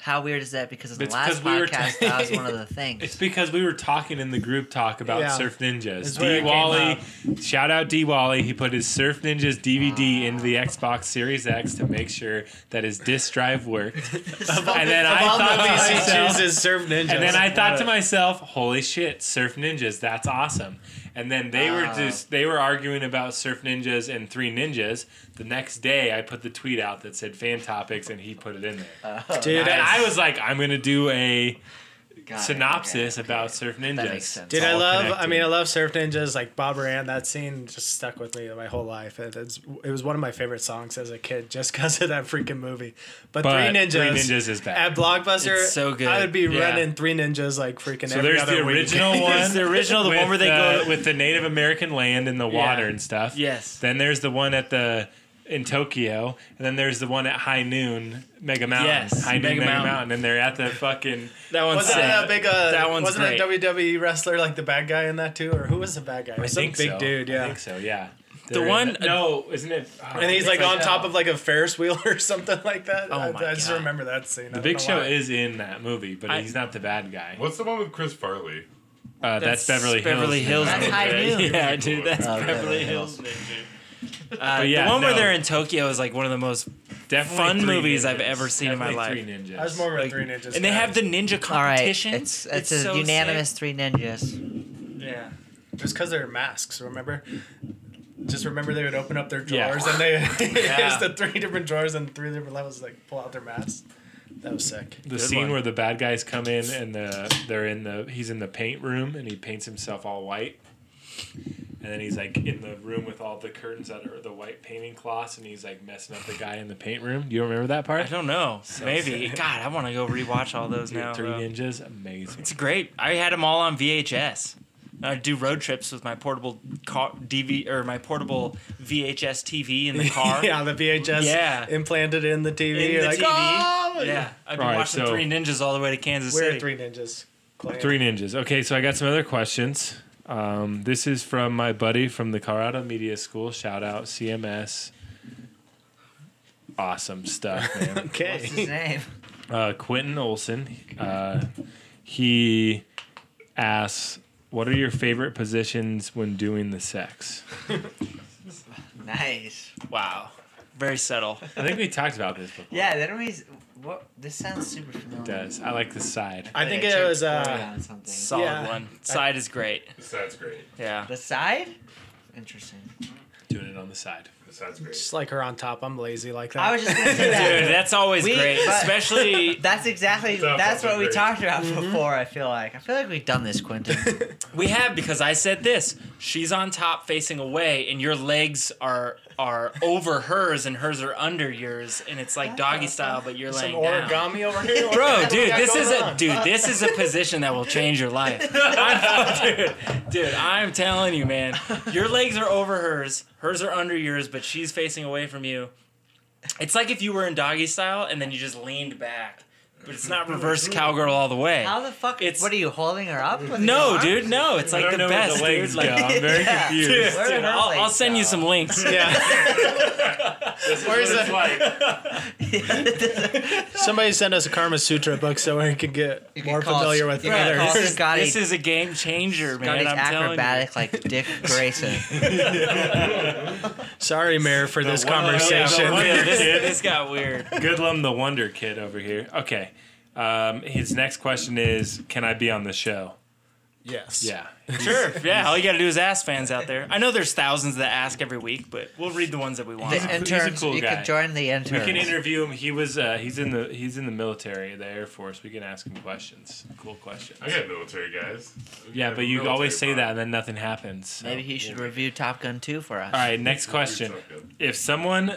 S5: How weird is that? Because in the
S6: It's 'cause
S5: last
S6: we were
S5: podcast, that was one of the things.
S6: It's because we were talking in the group talk about
S3: Yeah.
S6: surf ninjas.
S3: It's where it came
S6: D Wally, shout out D Wally. He put his surf ninjas DVD into the Xbox Series X to make sure that his disc drive worked. and then I
S3: All the
S6: thought to
S3: least he
S6: myself-
S3: chooses Surf Ninjas.
S6: And then I thought to myself, "Holy shit, Surf Ninjas! That's awesome!" And then they were just they were arguing about Surf Ninjas and Three Ninjas. The next day, I put the tweet out that said "Fan Topics," and he put it in there.
S5: Uh,
S3: dude,
S6: and
S3: I,
S6: I was like, "I'm gonna do a
S5: Got it,
S6: synopsis
S5: okay.
S6: about Surf Ninjas."
S5: That makes sense.
S3: dude,
S6: It's
S3: I
S6: all
S3: love. I
S6: connected.
S3: mean, I love Surf Ninjas. Like Bob Ran, that scene just stuck with me my whole life. It, it's, it was one of my favorite songs as a kid, just because of that freaking movie. But,
S6: But
S3: Three Ninjas,
S6: Three Ninjas is back.
S3: at Blockbuster,
S2: It's so good.
S3: I would be
S2: Yeah.
S3: running Three Ninjas like freaking.
S6: So
S3: every
S6: there's
S3: other
S6: the
S2: [laughs]
S3: week.
S6: original one.
S2: There's the original, the
S6: with,
S2: one where they
S6: uh,
S2: go.
S6: with the Native American land and the water and stuff.
S2: Yes.
S6: Then there's the one at the in Tokyo, and then there's the one at High Noon Mega Mountain.
S2: Yes,
S6: High Noon
S2: Mega
S6: Mega,
S2: Mountain.
S6: Mountain. and they're at the fucking.
S2: that one's
S3: Wasn't
S2: sick.
S3: that big? Uh,
S2: That one's
S3: wasn't
S2: great.
S3: that WWE wrestler like the bad guy in that too, or who was the bad guy?
S6: I
S3: Some
S6: think
S3: big
S6: so.
S3: dude,
S6: I
S3: yeah.
S6: think so. Yeah.
S2: The
S6: They're in
S2: one-
S6: no, isn't it? oh,
S3: And he's
S6: it's
S3: like on top of like a Ferris wheel or [laughs] something like that.
S2: Oh
S3: I,
S2: my
S3: I just
S2: God.
S3: remember that scene.
S2: "Oh,
S6: The Big Show is in that movie, but
S2: I-
S6: he's not the bad guy.
S8: What's the one with Chris Farley?
S6: Uh, that's, Beverly Hills.
S2: Beverly Hills.
S5: That's
S2: Ninja.
S5: High
S2: [laughs]
S5: Noon.
S2: Yeah, dude, that's
S5: Oh,
S2: Beverly
S5: Beverly
S2: Hills.
S5: Hills.
S2: Ninja. Uh,
S6: yeah,
S2: the one where
S6: no.
S2: they're in Tokyo is like one of the most.
S6: Definitely
S2: fun
S6: Three
S2: movies I've
S6: Ninjas.
S2: ever seen in my
S6: Definitely Three ninjas.
S3: I was more of a
S2: Like,
S3: Three Ninjas.
S2: And they
S3: guy.
S2: have the ninja
S5: All right, it's,
S2: competition.
S5: it's, a
S2: so
S5: unanimous
S2: sick.
S5: three ninjas.
S2: Yeah.
S3: just because they're masks. Remember, just remember they would open up their
S6: Yeah.
S3: drawers and they [laughs]
S2: Yeah.
S3: yeah. the three different drawers and three different levels like pull out their masks. That was sick.
S6: the
S2: Good
S6: scene
S2: one.
S6: where the bad guys come in and the they're in the he's in the paint room and he paints himself all white and then he's like in the room with all the curtains that are the white painting cloths and he's like messing up the guy in the paint room do you remember that
S2: I
S6: part
S2: don't know. Maybe. God, I want to go rewatch all
S3: [laughs]
S2: those
S6: Dude,
S2: now.
S6: three
S2: though.
S6: ninjas amazing
S2: It's great. I had them all on VHS. I'd do road trips with my portable car, DV or my portable VHS TV in
S3: [laughs]
S2: the car.
S3: yeah, the VHS
S2: Yeah.
S3: implanted in the TV.
S2: in
S3: You're
S2: the
S3: like,
S2: TV.
S3: "Oh!"
S2: Yeah, I've been
S6: All right,
S2: watching
S6: so-
S2: Three Ninjas all the way to Kansas
S3: we're
S2: City.
S3: Three Ninjas. Clay.
S6: [laughs] three ninjas okay so i got some other questions um, this is from my buddy from the colorado media school shout out cms awesome stuff man
S2: [laughs]
S5: What's his
S3: Okay.
S5: name?
S6: uh, Quentin Olson. Uh, he asks, "What are your favorite positions when doing the sex?"
S5: Nice.
S2: Wow, very subtle.
S6: I think we talked about this before.
S5: Yeah, then we. What This sounds super familiar.
S6: does. I like the side.
S3: I think
S5: I
S3: it
S5: checked
S3: was
S5: early
S3: uh,
S5: on something.
S2: Solid
S3: Yeah.
S2: one. Side is great.
S8: The side's great.
S2: Yeah.
S5: The side. Interesting.
S6: Doing it on the side.
S8: The side's great.
S3: just like her on top. I'm lazy like that.
S5: I was just
S3: [laughs]
S5: gonna say
S2: Dude,
S5: that.
S2: that's always
S5: We-
S2: great,
S5: but- [laughs]
S2: especially
S5: That's exactly
S8: Sounds
S5: that's what we
S8: great.
S5: talked about before. I feel like I feel like we've done this, Quentin.
S2: we have because I said this. She's on top facing away, and your legs are are over hers, and hers are under yours, and it's like doggy style, but you're
S3: Some
S2: laying down.
S3: origami over here. [laughs] What the
S2: Bro,
S3: heck we
S2: dude,
S3: got
S2: this is
S3: going
S2: a
S3: on?
S2: dude. This is a position that will change your life. I'm, dude, dude, I'm telling you, man. Your legs are over hers. Hers are under yours, but she's facing away from you. It's like if you were in doggy style and then you just leaned back, but it's not reverse cowgirl all the way.
S5: How the fuck?
S2: It's-
S5: what are you holding her up? With your
S2: No,
S5: [laughs] arm?
S2: dude, no. It's like
S6: I
S2: the
S6: don't know where
S2: best,
S6: the legs
S2: dude. Like,
S6: go. I'm very
S5: Yeah.
S6: confused.
S5: Where
S2: dude,
S5: did her
S2: I'll, I'll
S5: legs
S2: send you
S5: go?
S2: some
S5: [laughs]
S2: links.
S6: This is Where's what it's like.
S3: Somebody send us a Karma Sutra book so we can get
S5: You can
S3: more
S5: call-
S3: familiar with
S5: you can call
S3: others.
S5: Scotty.
S2: This is a game changer, man.
S5: Scotty's
S2: I'm
S5: [laughs]
S2: telling you.
S5: acrobatic like Dick Grayson.
S3: Sorry, Mayor, for this
S6: one- yeah,
S3: conversation.
S6: the one-
S2: Yeah, this, [laughs] this got weird.
S5: [laughs]
S6: Goodlum the Wonder Kid over here. Okay. Um, his next question is Can I be on the show?
S3: yes.
S6: Yeah.
S2: Sure. Yeah. All you got to do is ask fans out there. I know there's thousands that ask every week, but we'll read the ones that we want.
S5: The interns.
S6: cool
S5: you
S6: guy.
S5: can join the
S6: We
S5: interns.
S6: can interview him.
S5: [laughs]
S6: He was uh, he's in the he's in the military, the Air Force. We can ask him questions. Cool questions.
S8: I got military guys.
S6: Yeah, but you
S8: Military
S6: always say
S8: bond.
S6: that and then nothing happens. so-
S5: Maybe he should review Top Gun 2 for us.
S6: All right, next question. If someone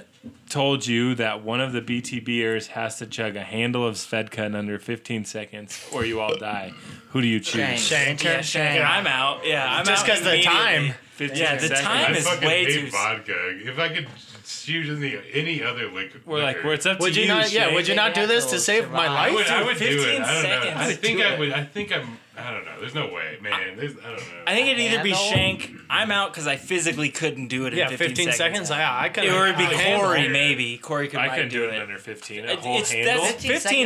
S6: told you that one of the BTBers has to chug a handle of Svedka in under 15 seconds or you all die, who do you choose?
S5: Shang. Intern
S2: Yeah,
S5: Shang.
S2: Shane, I'm out. Yeah, I'm
S3: Just
S2: out
S3: because the
S2: immediately.
S3: time.
S6: 15
S2: Yeah, the
S6: seconds.
S2: time
S8: I
S2: is
S8: fucking
S2: way
S8: hate
S2: too.
S8: vodka. If I could choose any any other liquor,
S6: We're like, well,
S8: liquor,
S6: it's up to
S3: Would you, not? Yeah. Would you not do this to save my
S8: I would,
S3: life?
S8: I would
S2: 15
S8: do it. I don't
S2: seconds.
S8: know. I think
S2: Do
S8: I
S2: it.
S8: would. I think I'm. I don't know. There's no way, man. There's. I don't know.
S2: I think it'd either be
S5: Handle?
S2: Shank. I'm out because I physically couldn't do it in
S3: Yeah.
S2: 15,
S3: 15 seconds.
S2: seconds.
S3: Yeah, I could.
S2: It would be
S8: handle
S2: Corey,
S8: it.
S2: maybe. Corey could
S6: I
S2: might
S6: couldn't do it in
S2: it.
S6: under 15. A
S2: It-
S6: whole
S2: it's-
S6: handle?
S2: that's- 15
S5: seconds,
S2: is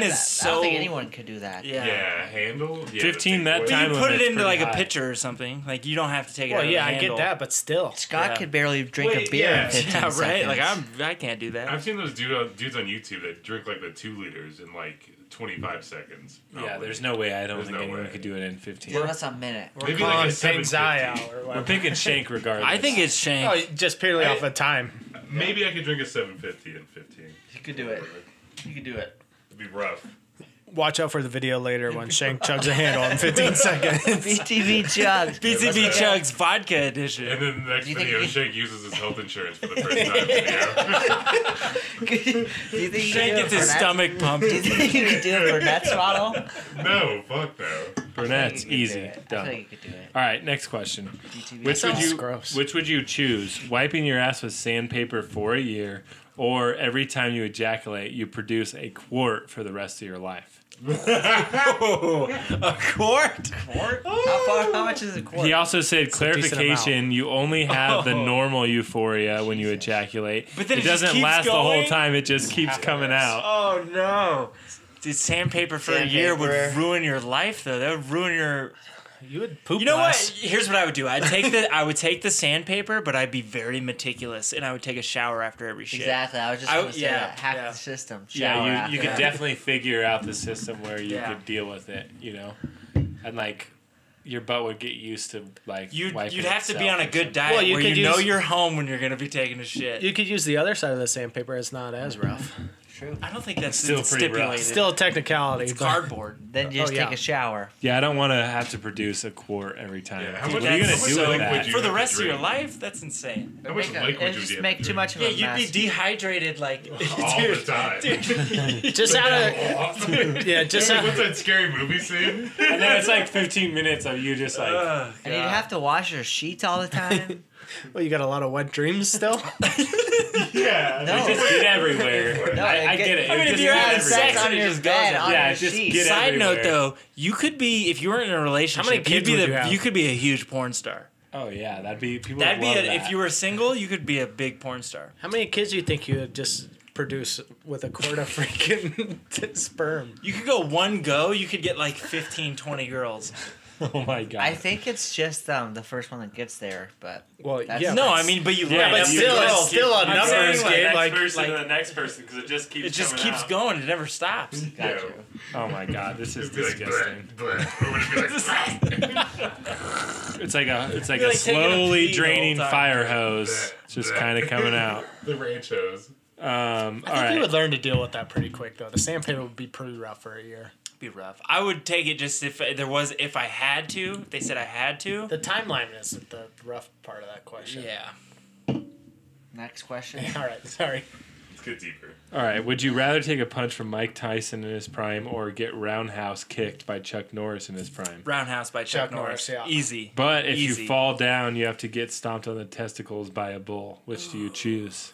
S5: I don't think
S2: so-
S5: anyone could do that.
S2: Yeah.
S8: yeah, handle. Yeah,
S6: 15
S8: that's
S6: that
S2: But
S6: time.
S8: a good
S2: you
S6: limit's
S2: put it into
S6: pretty
S2: like a
S6: high.
S2: pitcher or something. Like you don't have to take it.
S3: Well,
S2: out of
S3: yeah,
S2: the
S3: I get
S2: handle.
S3: that, but still.
S5: Scott
S2: Yeah.
S5: could barely drink
S8: Wait,
S5: a beer
S8: yeah.
S5: in 15
S2: [laughs] Yeah, right.
S5: seconds.
S2: Like I'm, I can't do that.
S8: I've seen those dude on, dudes on YouTube that drink like the two liters in like 25 seconds.
S6: Yeah,
S8: probably.
S6: there's no way. I don't
S8: There's
S6: think
S8: no
S6: anyone
S8: way.
S6: could do it in 15.
S5: Give us a minute.
S8: Maybe
S3: Come
S8: like
S3: on,
S8: a
S3: Sang
S8: 750.
S3: Zai or
S6: We're
S3: whatever.
S6: picking Shank regardless.
S2: I think it's Shank.
S3: Oh, just purely off of time.
S8: Maybe I could drink a 750 in 15.
S5: You could do it. You could do [laughs] it.
S8: It'd be rough.
S3: Watch out for the video later [laughs] when Shank chugs a handle in [laughs] 15 seconds.
S5: BTV Chugs.
S2: BTB Chugs Vodka Edition.
S8: And then the next
S5: you think
S8: video,
S5: you-
S8: Shake uses his health insurance for the first time. in
S5: [laughs]
S8: the video.
S5: do you think you
S2: Shank
S5: could do
S2: gets
S5: a
S2: his
S5: Burnett-
S2: stomach pumped.
S6: [laughs]
S5: Do you think you could do a Burnett's bottle?
S8: no, fuck no.
S6: Burnett's easy.
S5: I
S6: Done.
S5: feel like you could do it.
S6: All right, next question.
S5: BTV
S6: Which would
S3: sounds
S6: you
S3: gross.
S6: which would you choose? Wiping your ass with sandpaper for a year or every time you ejaculate you produce a quart for the rest of your life?
S2: A quart?
S5: How, far, how much is a quart?
S6: He also said
S3: decent
S6: clarification, you only have the
S2: Oh.
S6: normal euphoria when you ejaculate. But
S2: then it
S6: it,
S2: just
S6: doesn't
S2: keeps
S6: last the whole
S2: going?
S6: time, it just keeps coming out.
S2: Oh no. Dude, sandpaper for a year would
S5: Sandpaper.
S2: ruin your life though. That would ruin your
S3: You would poop.
S2: You know what?
S3: less.
S2: Here's what I would do. I'd take the I would take the sandpaper, but I'd be very meticulous and I would take a shower after every shit.
S5: Exactly. I was just
S2: I-
S5: going to say
S2: yeah,
S5: that. Hack
S2: yeah.
S5: the system. Shower
S6: Yeah, you, you
S5: after.
S6: could definitely figure out the system where you
S2: Yeah.
S6: could deal with it, you know? And like your butt would get used to like
S2: You'd
S6: wiping
S2: you'd have to be
S6: itself
S2: on a
S6: or
S2: good diet
S3: Well, you
S2: where
S3: could
S2: you know
S3: use-
S2: you're home when you're gonna be taking a shit.
S3: You could use the other side of the sandpaper. It's not as
S2: Mm-hmm.
S3: rough.
S2: I don't think that's
S6: Still pretty rough.
S2: stipulated.
S3: Still a technicality. but-
S2: cardboard.
S5: Then you just
S3: yeah.
S5: take a shower.
S6: Yeah, I don't want to have to produce a quart every time.
S8: Yeah, how
S6: Dude,
S8: much-
S6: what are you
S8: how
S6: gonna
S8: much
S6: do
S8: liquid
S6: with
S8: would
S6: that?
S8: you-
S2: For the
S8: have to
S2: rest of your
S8: drink.
S2: life, that's insane.
S8: How much
S5: Make a-
S8: liquid
S5: it'd
S8: would you
S5: just
S8: get
S5: make
S8: if
S5: too
S8: you-
S5: much of
S2: Yeah,
S5: a
S2: you'd
S5: mess.
S2: be dehydrated
S3: [laughs]
S2: like [laughs]
S8: All the time.
S3: [laughs] Just out of yeah, just out
S8: What's that scary movie scene?
S6: and then it's like 15 minutes of you just like.
S8: Uh.
S5: and you'd have to wash your sheets all the time.
S3: Well, you got a lot of wet dreams still. [laughs]
S8: yeah.
S5: No.
S6: just get everywhere.
S5: No,
S6: I, I
S5: get-
S6: get it.
S5: I
S2: mean, if
S6: It just
S2: you're
S6: get
S2: having
S6: everywhere.
S2: sex
S5: on
S2: it
S5: your
S2: just
S5: bed,
S2: goes
S5: on
S6: Yeah,
S5: your
S6: just
S5: sheets.
S6: get
S2: Side
S6: everywhere.
S2: note, though, you could be if you were in a relationship.
S3: many kids
S2: you'd be
S3: would
S2: the,
S3: you have?
S2: could be a huge porn star.
S6: [laughs] Oh yeah, that'd be people.
S2: That'd
S6: would
S2: be
S6: love
S2: a,
S6: that.
S2: if you were single, you could be a big porn star.
S3: How many kids do you think you would just produce with a quart of [laughs] freaking [laughs] sperm?
S2: You could go one go. You could get like 15, 20 girls.
S6: [laughs] Oh my god.
S5: I think it's just um the first one that gets there, but
S3: Well, [laughs]
S5: That's-
S3: yeah.
S2: No, I mean, but you
S6: Yeah,
S2: let
S3: but
S2: it-
S6: you
S3: still,
S6: just
S3: it's
S6: keep-
S3: still a
S6: I'm
S3: numbers
S6: saying, like,
S3: game.
S6: next
S3: Like,
S6: person
S3: like-
S6: to the next person because it just keeps.
S2: it just
S6: coming
S2: keeps
S6: out.
S2: going. It never stops.
S3: [laughs]
S5: got
S8: Yeah.
S5: you.
S6: Oh my god, this is
S8: It'd be like,
S6: disgusting.
S8: bleh, bleh. Or would it
S5: [laughs]
S8: be like,
S6: It's like a it's like
S2: You're
S6: a
S2: like taking a pee
S6: slowly
S2: the
S6: draining
S2: whole time.
S6: fire hose,
S8: Bleh,
S6: just
S8: bleh.
S6: kind of coming
S8: [laughs]
S6: out.
S8: the ranchos?
S6: Um, all
S3: I think you
S6: right,
S3: would learn to deal with that pretty quick, though. The sandpaper would be pretty rough for a year.
S2: be rough. I would take it just if there was if I had to. If they said I had to.
S3: The timeline is the rough part of that question.
S2: Yeah.
S5: Next question.
S3: All right, sorry.
S8: Let's get deeper.
S6: all right. Would you rather take a punch from Mike Tyson in his prime or get roundhouse kicked by Chuck Norris in his prime?
S2: Roundhouse by Chuck,
S3: Chuck
S2: Norris.
S3: Norris, yeah.
S2: Easy.
S6: But if
S2: Easy.
S6: you fall down, you have to get stomped on the testicles by a bull.
S2: [gasps]
S6: Which do you choose?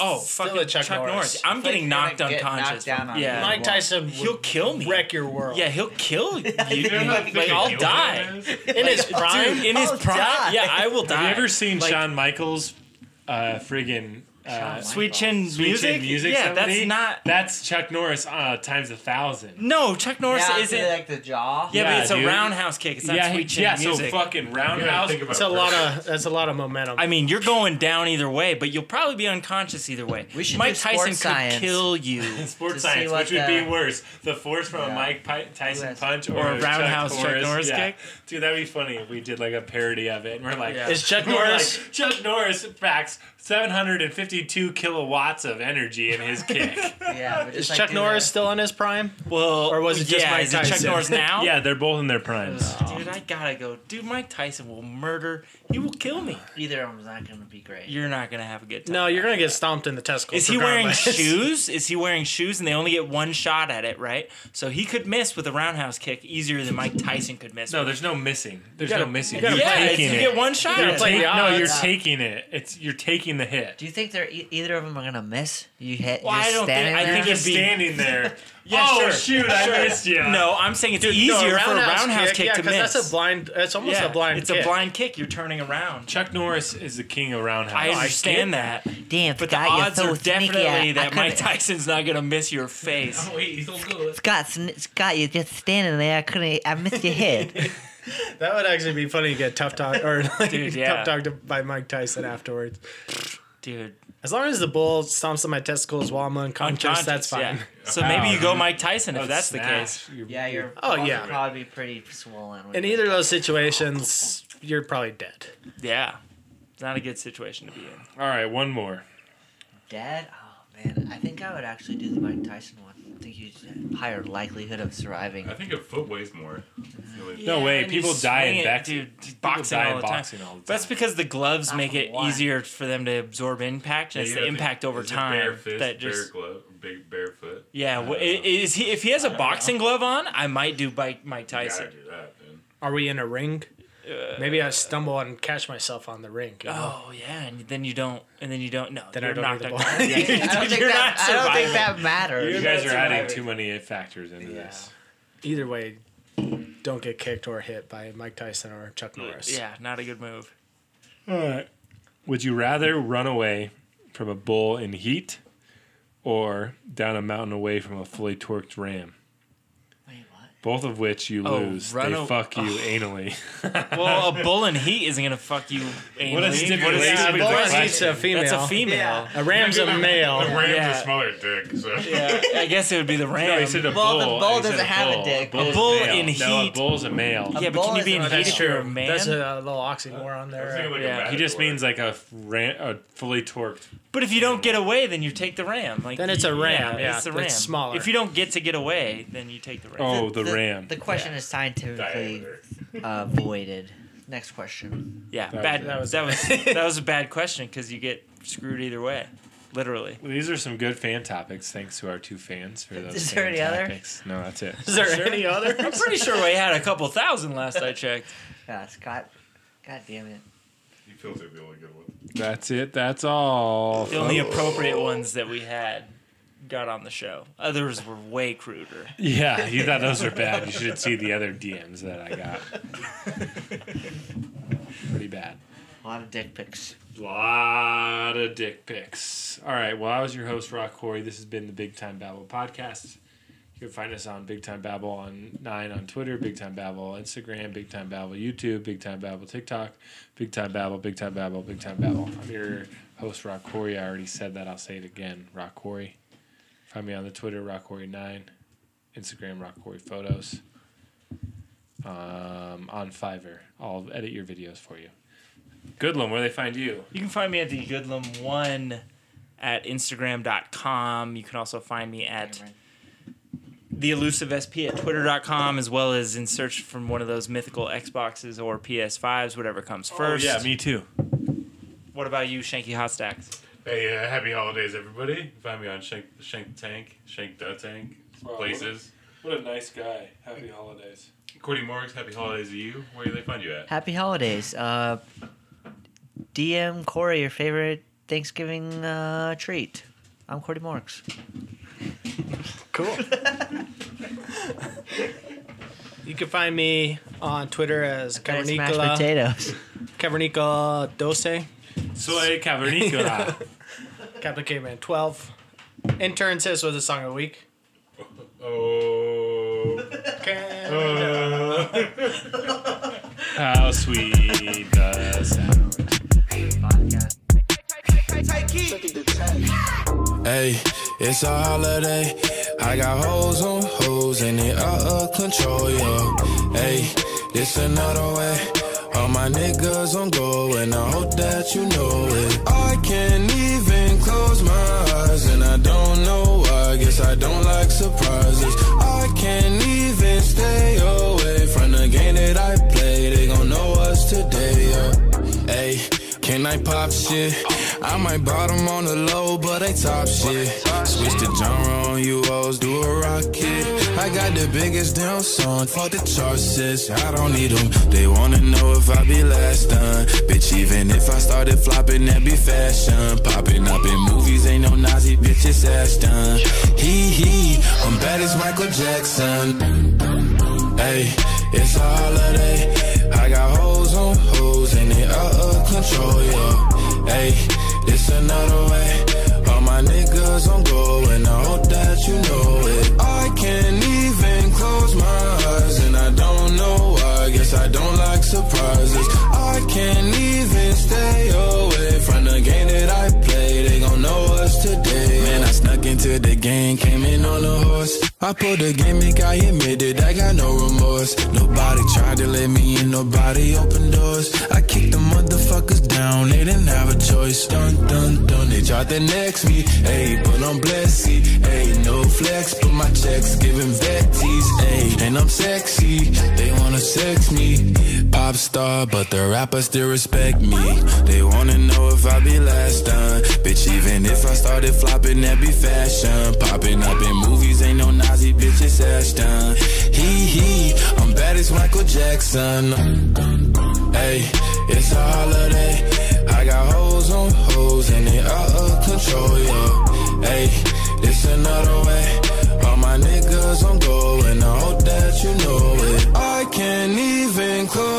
S2: Oh,
S3: Still
S2: fucking
S3: a
S2: Chuck,
S3: Chuck
S2: Norris.
S3: Norris.
S2: I'm
S5: like
S2: getting
S5: you're gonna
S2: knocked
S5: get
S2: unconscious.
S5: knocked down
S2: from-
S5: on
S2: yeah.
S5: that.
S3: Mike Tyson would
S2: Uh, He'll kill me.
S3: wreck your world.
S2: yeah, he'll kill you.
S5: You know
S2: like,
S5: that video
S2: I'll die.
S3: in his prime.
S2: Dude, in his
S5: I'll
S2: prime.
S5: die.
S2: Yeah, I will die.
S6: [laughs] Have you ever seen
S2: Like,
S6: Shawn Michaels, uh, friggin' uh,
S2: Oh Sweet Chin
S6: Sweet
S2: Music?
S6: Chin Music?
S2: yeah,
S6: somebody?
S2: that's not.
S6: That's Chuck Norris uh, times a thousand.
S2: No, Chuck Norris
S5: Yeah,
S2: isn't.
S5: like the jaw.
S2: yeah,
S6: Yeah,
S2: but it's
S6: dude.
S2: a roundhouse kick. It's not
S6: yeah,
S2: Sweet
S6: he-
S2: Chin
S6: yeah.
S2: Music.
S6: So fucking
S8: You gotta
S6: roundhouse.
S8: think about
S3: That's a lot
S8: purpose.
S3: of that's a lot of momentum.
S2: I mean, you're going down either way, but you'll probably be unconscious either way.
S5: We should
S2: Mike
S5: do
S2: Tyson
S5: sports
S2: could
S5: science.
S2: kill you.
S6: Sports
S5: to see
S6: science,
S5: what
S6: which would
S5: the-
S6: be worse, the force from a
S5: Yeah.
S6: Mike Pi- Tyson
S5: Yes.
S6: punch or,
S2: Or a
S6: Chuck
S2: roundhouse Chuck Norris
S6: yeah.
S2: kick?
S6: Dude, that'd be funny if we did like a parody of it, and we're like,
S2: Yeah. [laughs]
S3: is Chuck
S6: Chuck Norris,
S3: Norris?
S6: Chuck Norris packs 752 kilowatts of energy in his kick.
S5: Yeah, but
S3: Is
S5: just, like,
S3: Chuck
S5: do
S3: Norris
S5: the-
S3: still in his prime?
S2: Well,
S3: Or was it just
S2: yeah,
S3: Mike
S2: is it Chuck
S3: Tyson?
S2: Norris now?
S6: [laughs] yeah, they're both in their primes.
S2: Dude, I gotta go. Dude, Mike Tyson will murder. He will kill me.
S5: Either of them's not gonna be great.
S2: You're not gonna have a good time.
S3: No, you're gonna get stomped in the testicles.
S2: Is he wearing
S3: [laughs] regardless.
S2: shoes? Is he wearing shoes? And they only get one shot at it, right? So he could miss with a roundhouse kick easier than Mike Tyson could miss.
S6: No,
S2: with.
S6: there's no missing. There's
S3: gotta-
S6: no missing.
S3: you gotta
S6: You're
S2: yeah, it's-
S6: taking
S2: you
S6: it.
S2: get one shot.
S3: gotta
S2: at
S3: play
S2: it.
S6: Take-
S3: the
S6: no, you're
S3: odds.
S6: taking it. It's you're taking the hit.
S5: Do you think they're e- either of them are gonna miss? You hit.
S2: Well,
S5: you're
S2: I don't think-
S5: standing
S2: I
S5: there?
S2: think
S6: Just
S2: it'd be-
S6: standing there.
S2: Yeah,
S6: oh
S2: sure.
S6: shoot! I missed you.
S2: No, I'm saying it's
S3: No,
S2: easier for a roundhouse kick,
S3: yeah,
S2: to
S3: 'cause
S2: miss.
S3: That's a blind. It's almost
S2: yeah,
S3: a blind.
S2: It's
S3: kick.
S2: a blind kick. You're turning around.
S6: Chuck Norris is the king of roundhouse.
S2: I understand that,
S5: Damn,
S2: but the
S5: forgot you're
S2: odds
S5: so
S2: are
S5: sneaky at
S2: definitely
S5: it. I
S2: that Mike
S5: couldn't-
S2: Tyson's not gonna miss your
S8: Oh,
S2: face.
S5: Scott, sn- Scott, you're just standing there. I couldn't. I missed your head.
S3: That would actually be funny to get tough talk or
S2: [laughs]
S3: like,
S2: Dude, yeah.
S3: tough talked to- by Mike Tyson afterwards.
S2: Dude,
S3: As long as the bull stomps on my testicles while I'm unconscious,
S2: unconscious.
S3: that's fine.
S2: yeah. So maybe you go Mike Tyson if Oh, that's the case.
S5: yeah, you're.
S3: Oh, yeah.
S5: Would probably be pretty swollen.
S3: In either of those situations, you're probably dead.
S2: Yeah. It's not a good situation to be in.
S6: All right, one more.
S5: Dead? Oh man, I think I would actually do the Mike Tyson one. I think you have higher likelihood of
S8: [laughs]
S5: surviving.
S8: I think a foot weighs more.
S6: No way.
S2: and you
S6: People die
S2: swing
S6: in
S2: it,
S6: back-
S2: dude,
S6: People
S2: boxing,
S6: die
S2: all
S6: in
S2: the time.
S6: boxing all the
S2: That's
S6: time.
S2: because the gloves
S5: Not
S2: make
S5: for
S2: it
S5: one.
S2: easier for them to absorb impact, and it's the impact over
S8: Bare
S2: time
S8: fist,
S2: that just
S8: bare glove, big bare foot.
S2: yeah. wh- i- Is he if he has a boxing glove on, I might do Mike Mike
S8: You
S2: Tyson.
S8: gotta do that, man.
S3: Are we in a ring? Maybe I stumble and catch myself on the ring. you know?
S2: Uh, Oh yeah, and then you don't, and then you don't. No,
S3: Then I
S2: you're
S3: don't
S2: knocked
S3: need the
S2: out.
S3: ball.
S2: Yeah,
S5: I don't think
S2: you're
S5: that.
S2: not
S5: I don't think
S2: surviving.
S5: that matters.
S6: You guys are
S5: That's
S6: adding
S5: right.
S6: too many it factors into this.
S3: Either way, don't get kicked or hit by Mike Tyson or Chuck Norris.
S2: Yeah, not a good move.
S6: All right. Would you rather run away from a bull in heat, or down a mountain away from a fully torqued ram?
S5: Wait, what?
S6: Both of which you
S2: Oh,
S6: lose.
S2: run
S6: They
S2: a- [sighs]
S6: fuck you anally. [laughs]
S2: Well, a bull in heat isn't gonna fuck you.
S6: What a
S2: anally.
S6: stupid
S2: What
S6: Yeah,
S3: Yeah,
S6: stupid
S3: bull
S6: question.
S3: eats a female.
S2: That's a female.
S3: A ram's a male.
S8: The ram's
S2: Yeah.
S8: a smaller dick, [laughs] so
S2: I guess it would be the ram.
S6: No, he said a
S5: Well, the
S6: bull.
S5: bull
S6: He said
S5: doesn't have a dick.
S6: bull's
S2: A bull
S6: male.
S2: in
S6: No, a
S2: heat.
S6: bull's a male.
S2: yeah, but
S5: bull
S2: can you be in
S5: isn't a
S2: heat
S5: man.
S2: if you're a man?
S3: That's a little oxymoron
S8: I was
S3: there.
S8: thinking like a
S2: Yeah.
S6: He just
S8: matador.
S6: means like a, ram, a fully torqued.
S2: But if you don't get away, then you take the ram. Like
S3: Then it's a ram, yeah,
S2: it's a
S3: it's
S2: ram.
S3: smaller.
S2: If you don't get to get away, then you take the ram.
S6: Oh, the, ram.
S5: The question is scientifically
S8: Diameter.
S5: avoided. Next question.
S2: yeah, bad. That
S3: that
S2: was
S3: was-
S2: that was
S3: [laughs]
S2: that was a bad question because you get screwed either way, literally.
S6: These are some good fan topics. Thanks to our two fans for those.
S5: Is there
S6: fan
S5: any other?
S6: topics. No, that's it.
S3: Is there any other?
S2: [laughs] I'm pretty
S3: [laughs]
S2: sure we had a couple thousand last I checked.
S5: Yeah, Scott. God damn it.
S8: He feels like the only good one.
S6: That's it. That's all.
S2: The only appropriate ones that we had got on the show. Others were way cruder.
S6: Yeah, you thought those were bad. You should see the other DMs that I got. Pretty bad.
S5: A lot of dick pics.
S6: Lot of dick pics. All right. Well, I was your host, Rock Corey. This has been the Big Time Babble podcast. You can find us on Big Time Babble on Nine on Twitter, Big Time Babble Instagram, Big Time Babble YouTube, Big Time Babble TikTok, Big Time Babble, Big Time Babble, Big Time Babble. I'm your host Rock Corey. I already said that. I'll say it again. Rock Corey. Find me on the Twitter Rock Corey Nine, Instagram Rock Corey Photos. Um, on Fiverr, I'll edit your videos for you. Goodlum, where they find you?
S2: You can find me at the Goodlum1 at Instagram.com. You can also find me at the elusive SP at twitter.com as well as in search from one of those mythical Xboxes or PS5s, whatever comes first.
S6: Oh, yeah, me too.
S2: What about you, Shanky Hot Stacks?
S8: Hey, uh, happy holidays, everybody. Find me on Shank, Shank Tank, Shank the Tank,
S6: Wow.
S8: places.
S6: What a nice guy. Happy holidays.
S8: Courtney Morgs, happy holidays to you. Where do they find you at?
S5: Happy holidays. Uh, DM Corey your favorite Thanksgiving uh, treat. I'm Corey Morks.
S3: Cool. you can find me on Twitter as
S5: I smashed
S3: Cavernicola,
S5: potatoes.
S3: Cavernicola Dose,
S6: Soy [laughs] Cavernicola.
S3: Captain Caveman 12. Intern says was a song of the week.
S8: Oh.
S3: Okay.
S6: How sweet the sound.
S9: Hey, it's a holiday. I got hoes on hoes and they out of control, yeah. Hey, this another way. All my niggas on go and I hope that you know it. I can't even close my eyes and I don't know why. Guess I don't like surprises. I can't even stay away from the game that I play. They gon' know us today, yeah. Hey. Can I pop shit? I might bottom on the low, but I top shit. Switch the genre on you hoes, do a rocket. I got the biggest damn song, fuck the charts, sis. I don't need them. They wanna know if I be last done. Bitch, even if I started flopping, that be fashion. Popping up in movies, ain't no Nazi bitches ass done. Hee hee, I'm bad as Michael Jackson. Hey, it's a holiday. I got hoes on hoes and they out of control, yeah. Hey, it's another way. All my niggas on go and I hope that you know it. I can't even close my eyes and I don't know why. Guess I don't like surprises. I can't even stay away from the game that I play. They gon' know us today. Man, I snuck into the game, came in on a horse. I pulled the gimmick, I admitted I got no remorse. Nobody tried to let me in, nobody opened doors. I kicked the motherfuckers down, they didn't have a choice. Dun dun dun, they tried to next me. Hey, but I'm blessed, hey, no flex, but my checks giving vetties. Hey, and I'm sexy, they wanna sex me. Pop star, but the rappers still respect me. They wanna know if I be last done. Bitch, even if I started flopping, that be fashion. Popping up in movies, ain't no Nazi bitches ass done. Hee hee, I'm bad as Michael Jackson. Hey, it's a holiday. I got hoes on hoes and they out of control, yeah. Hey, this another way. All my niggas on go and I hope that you know it. I can't even close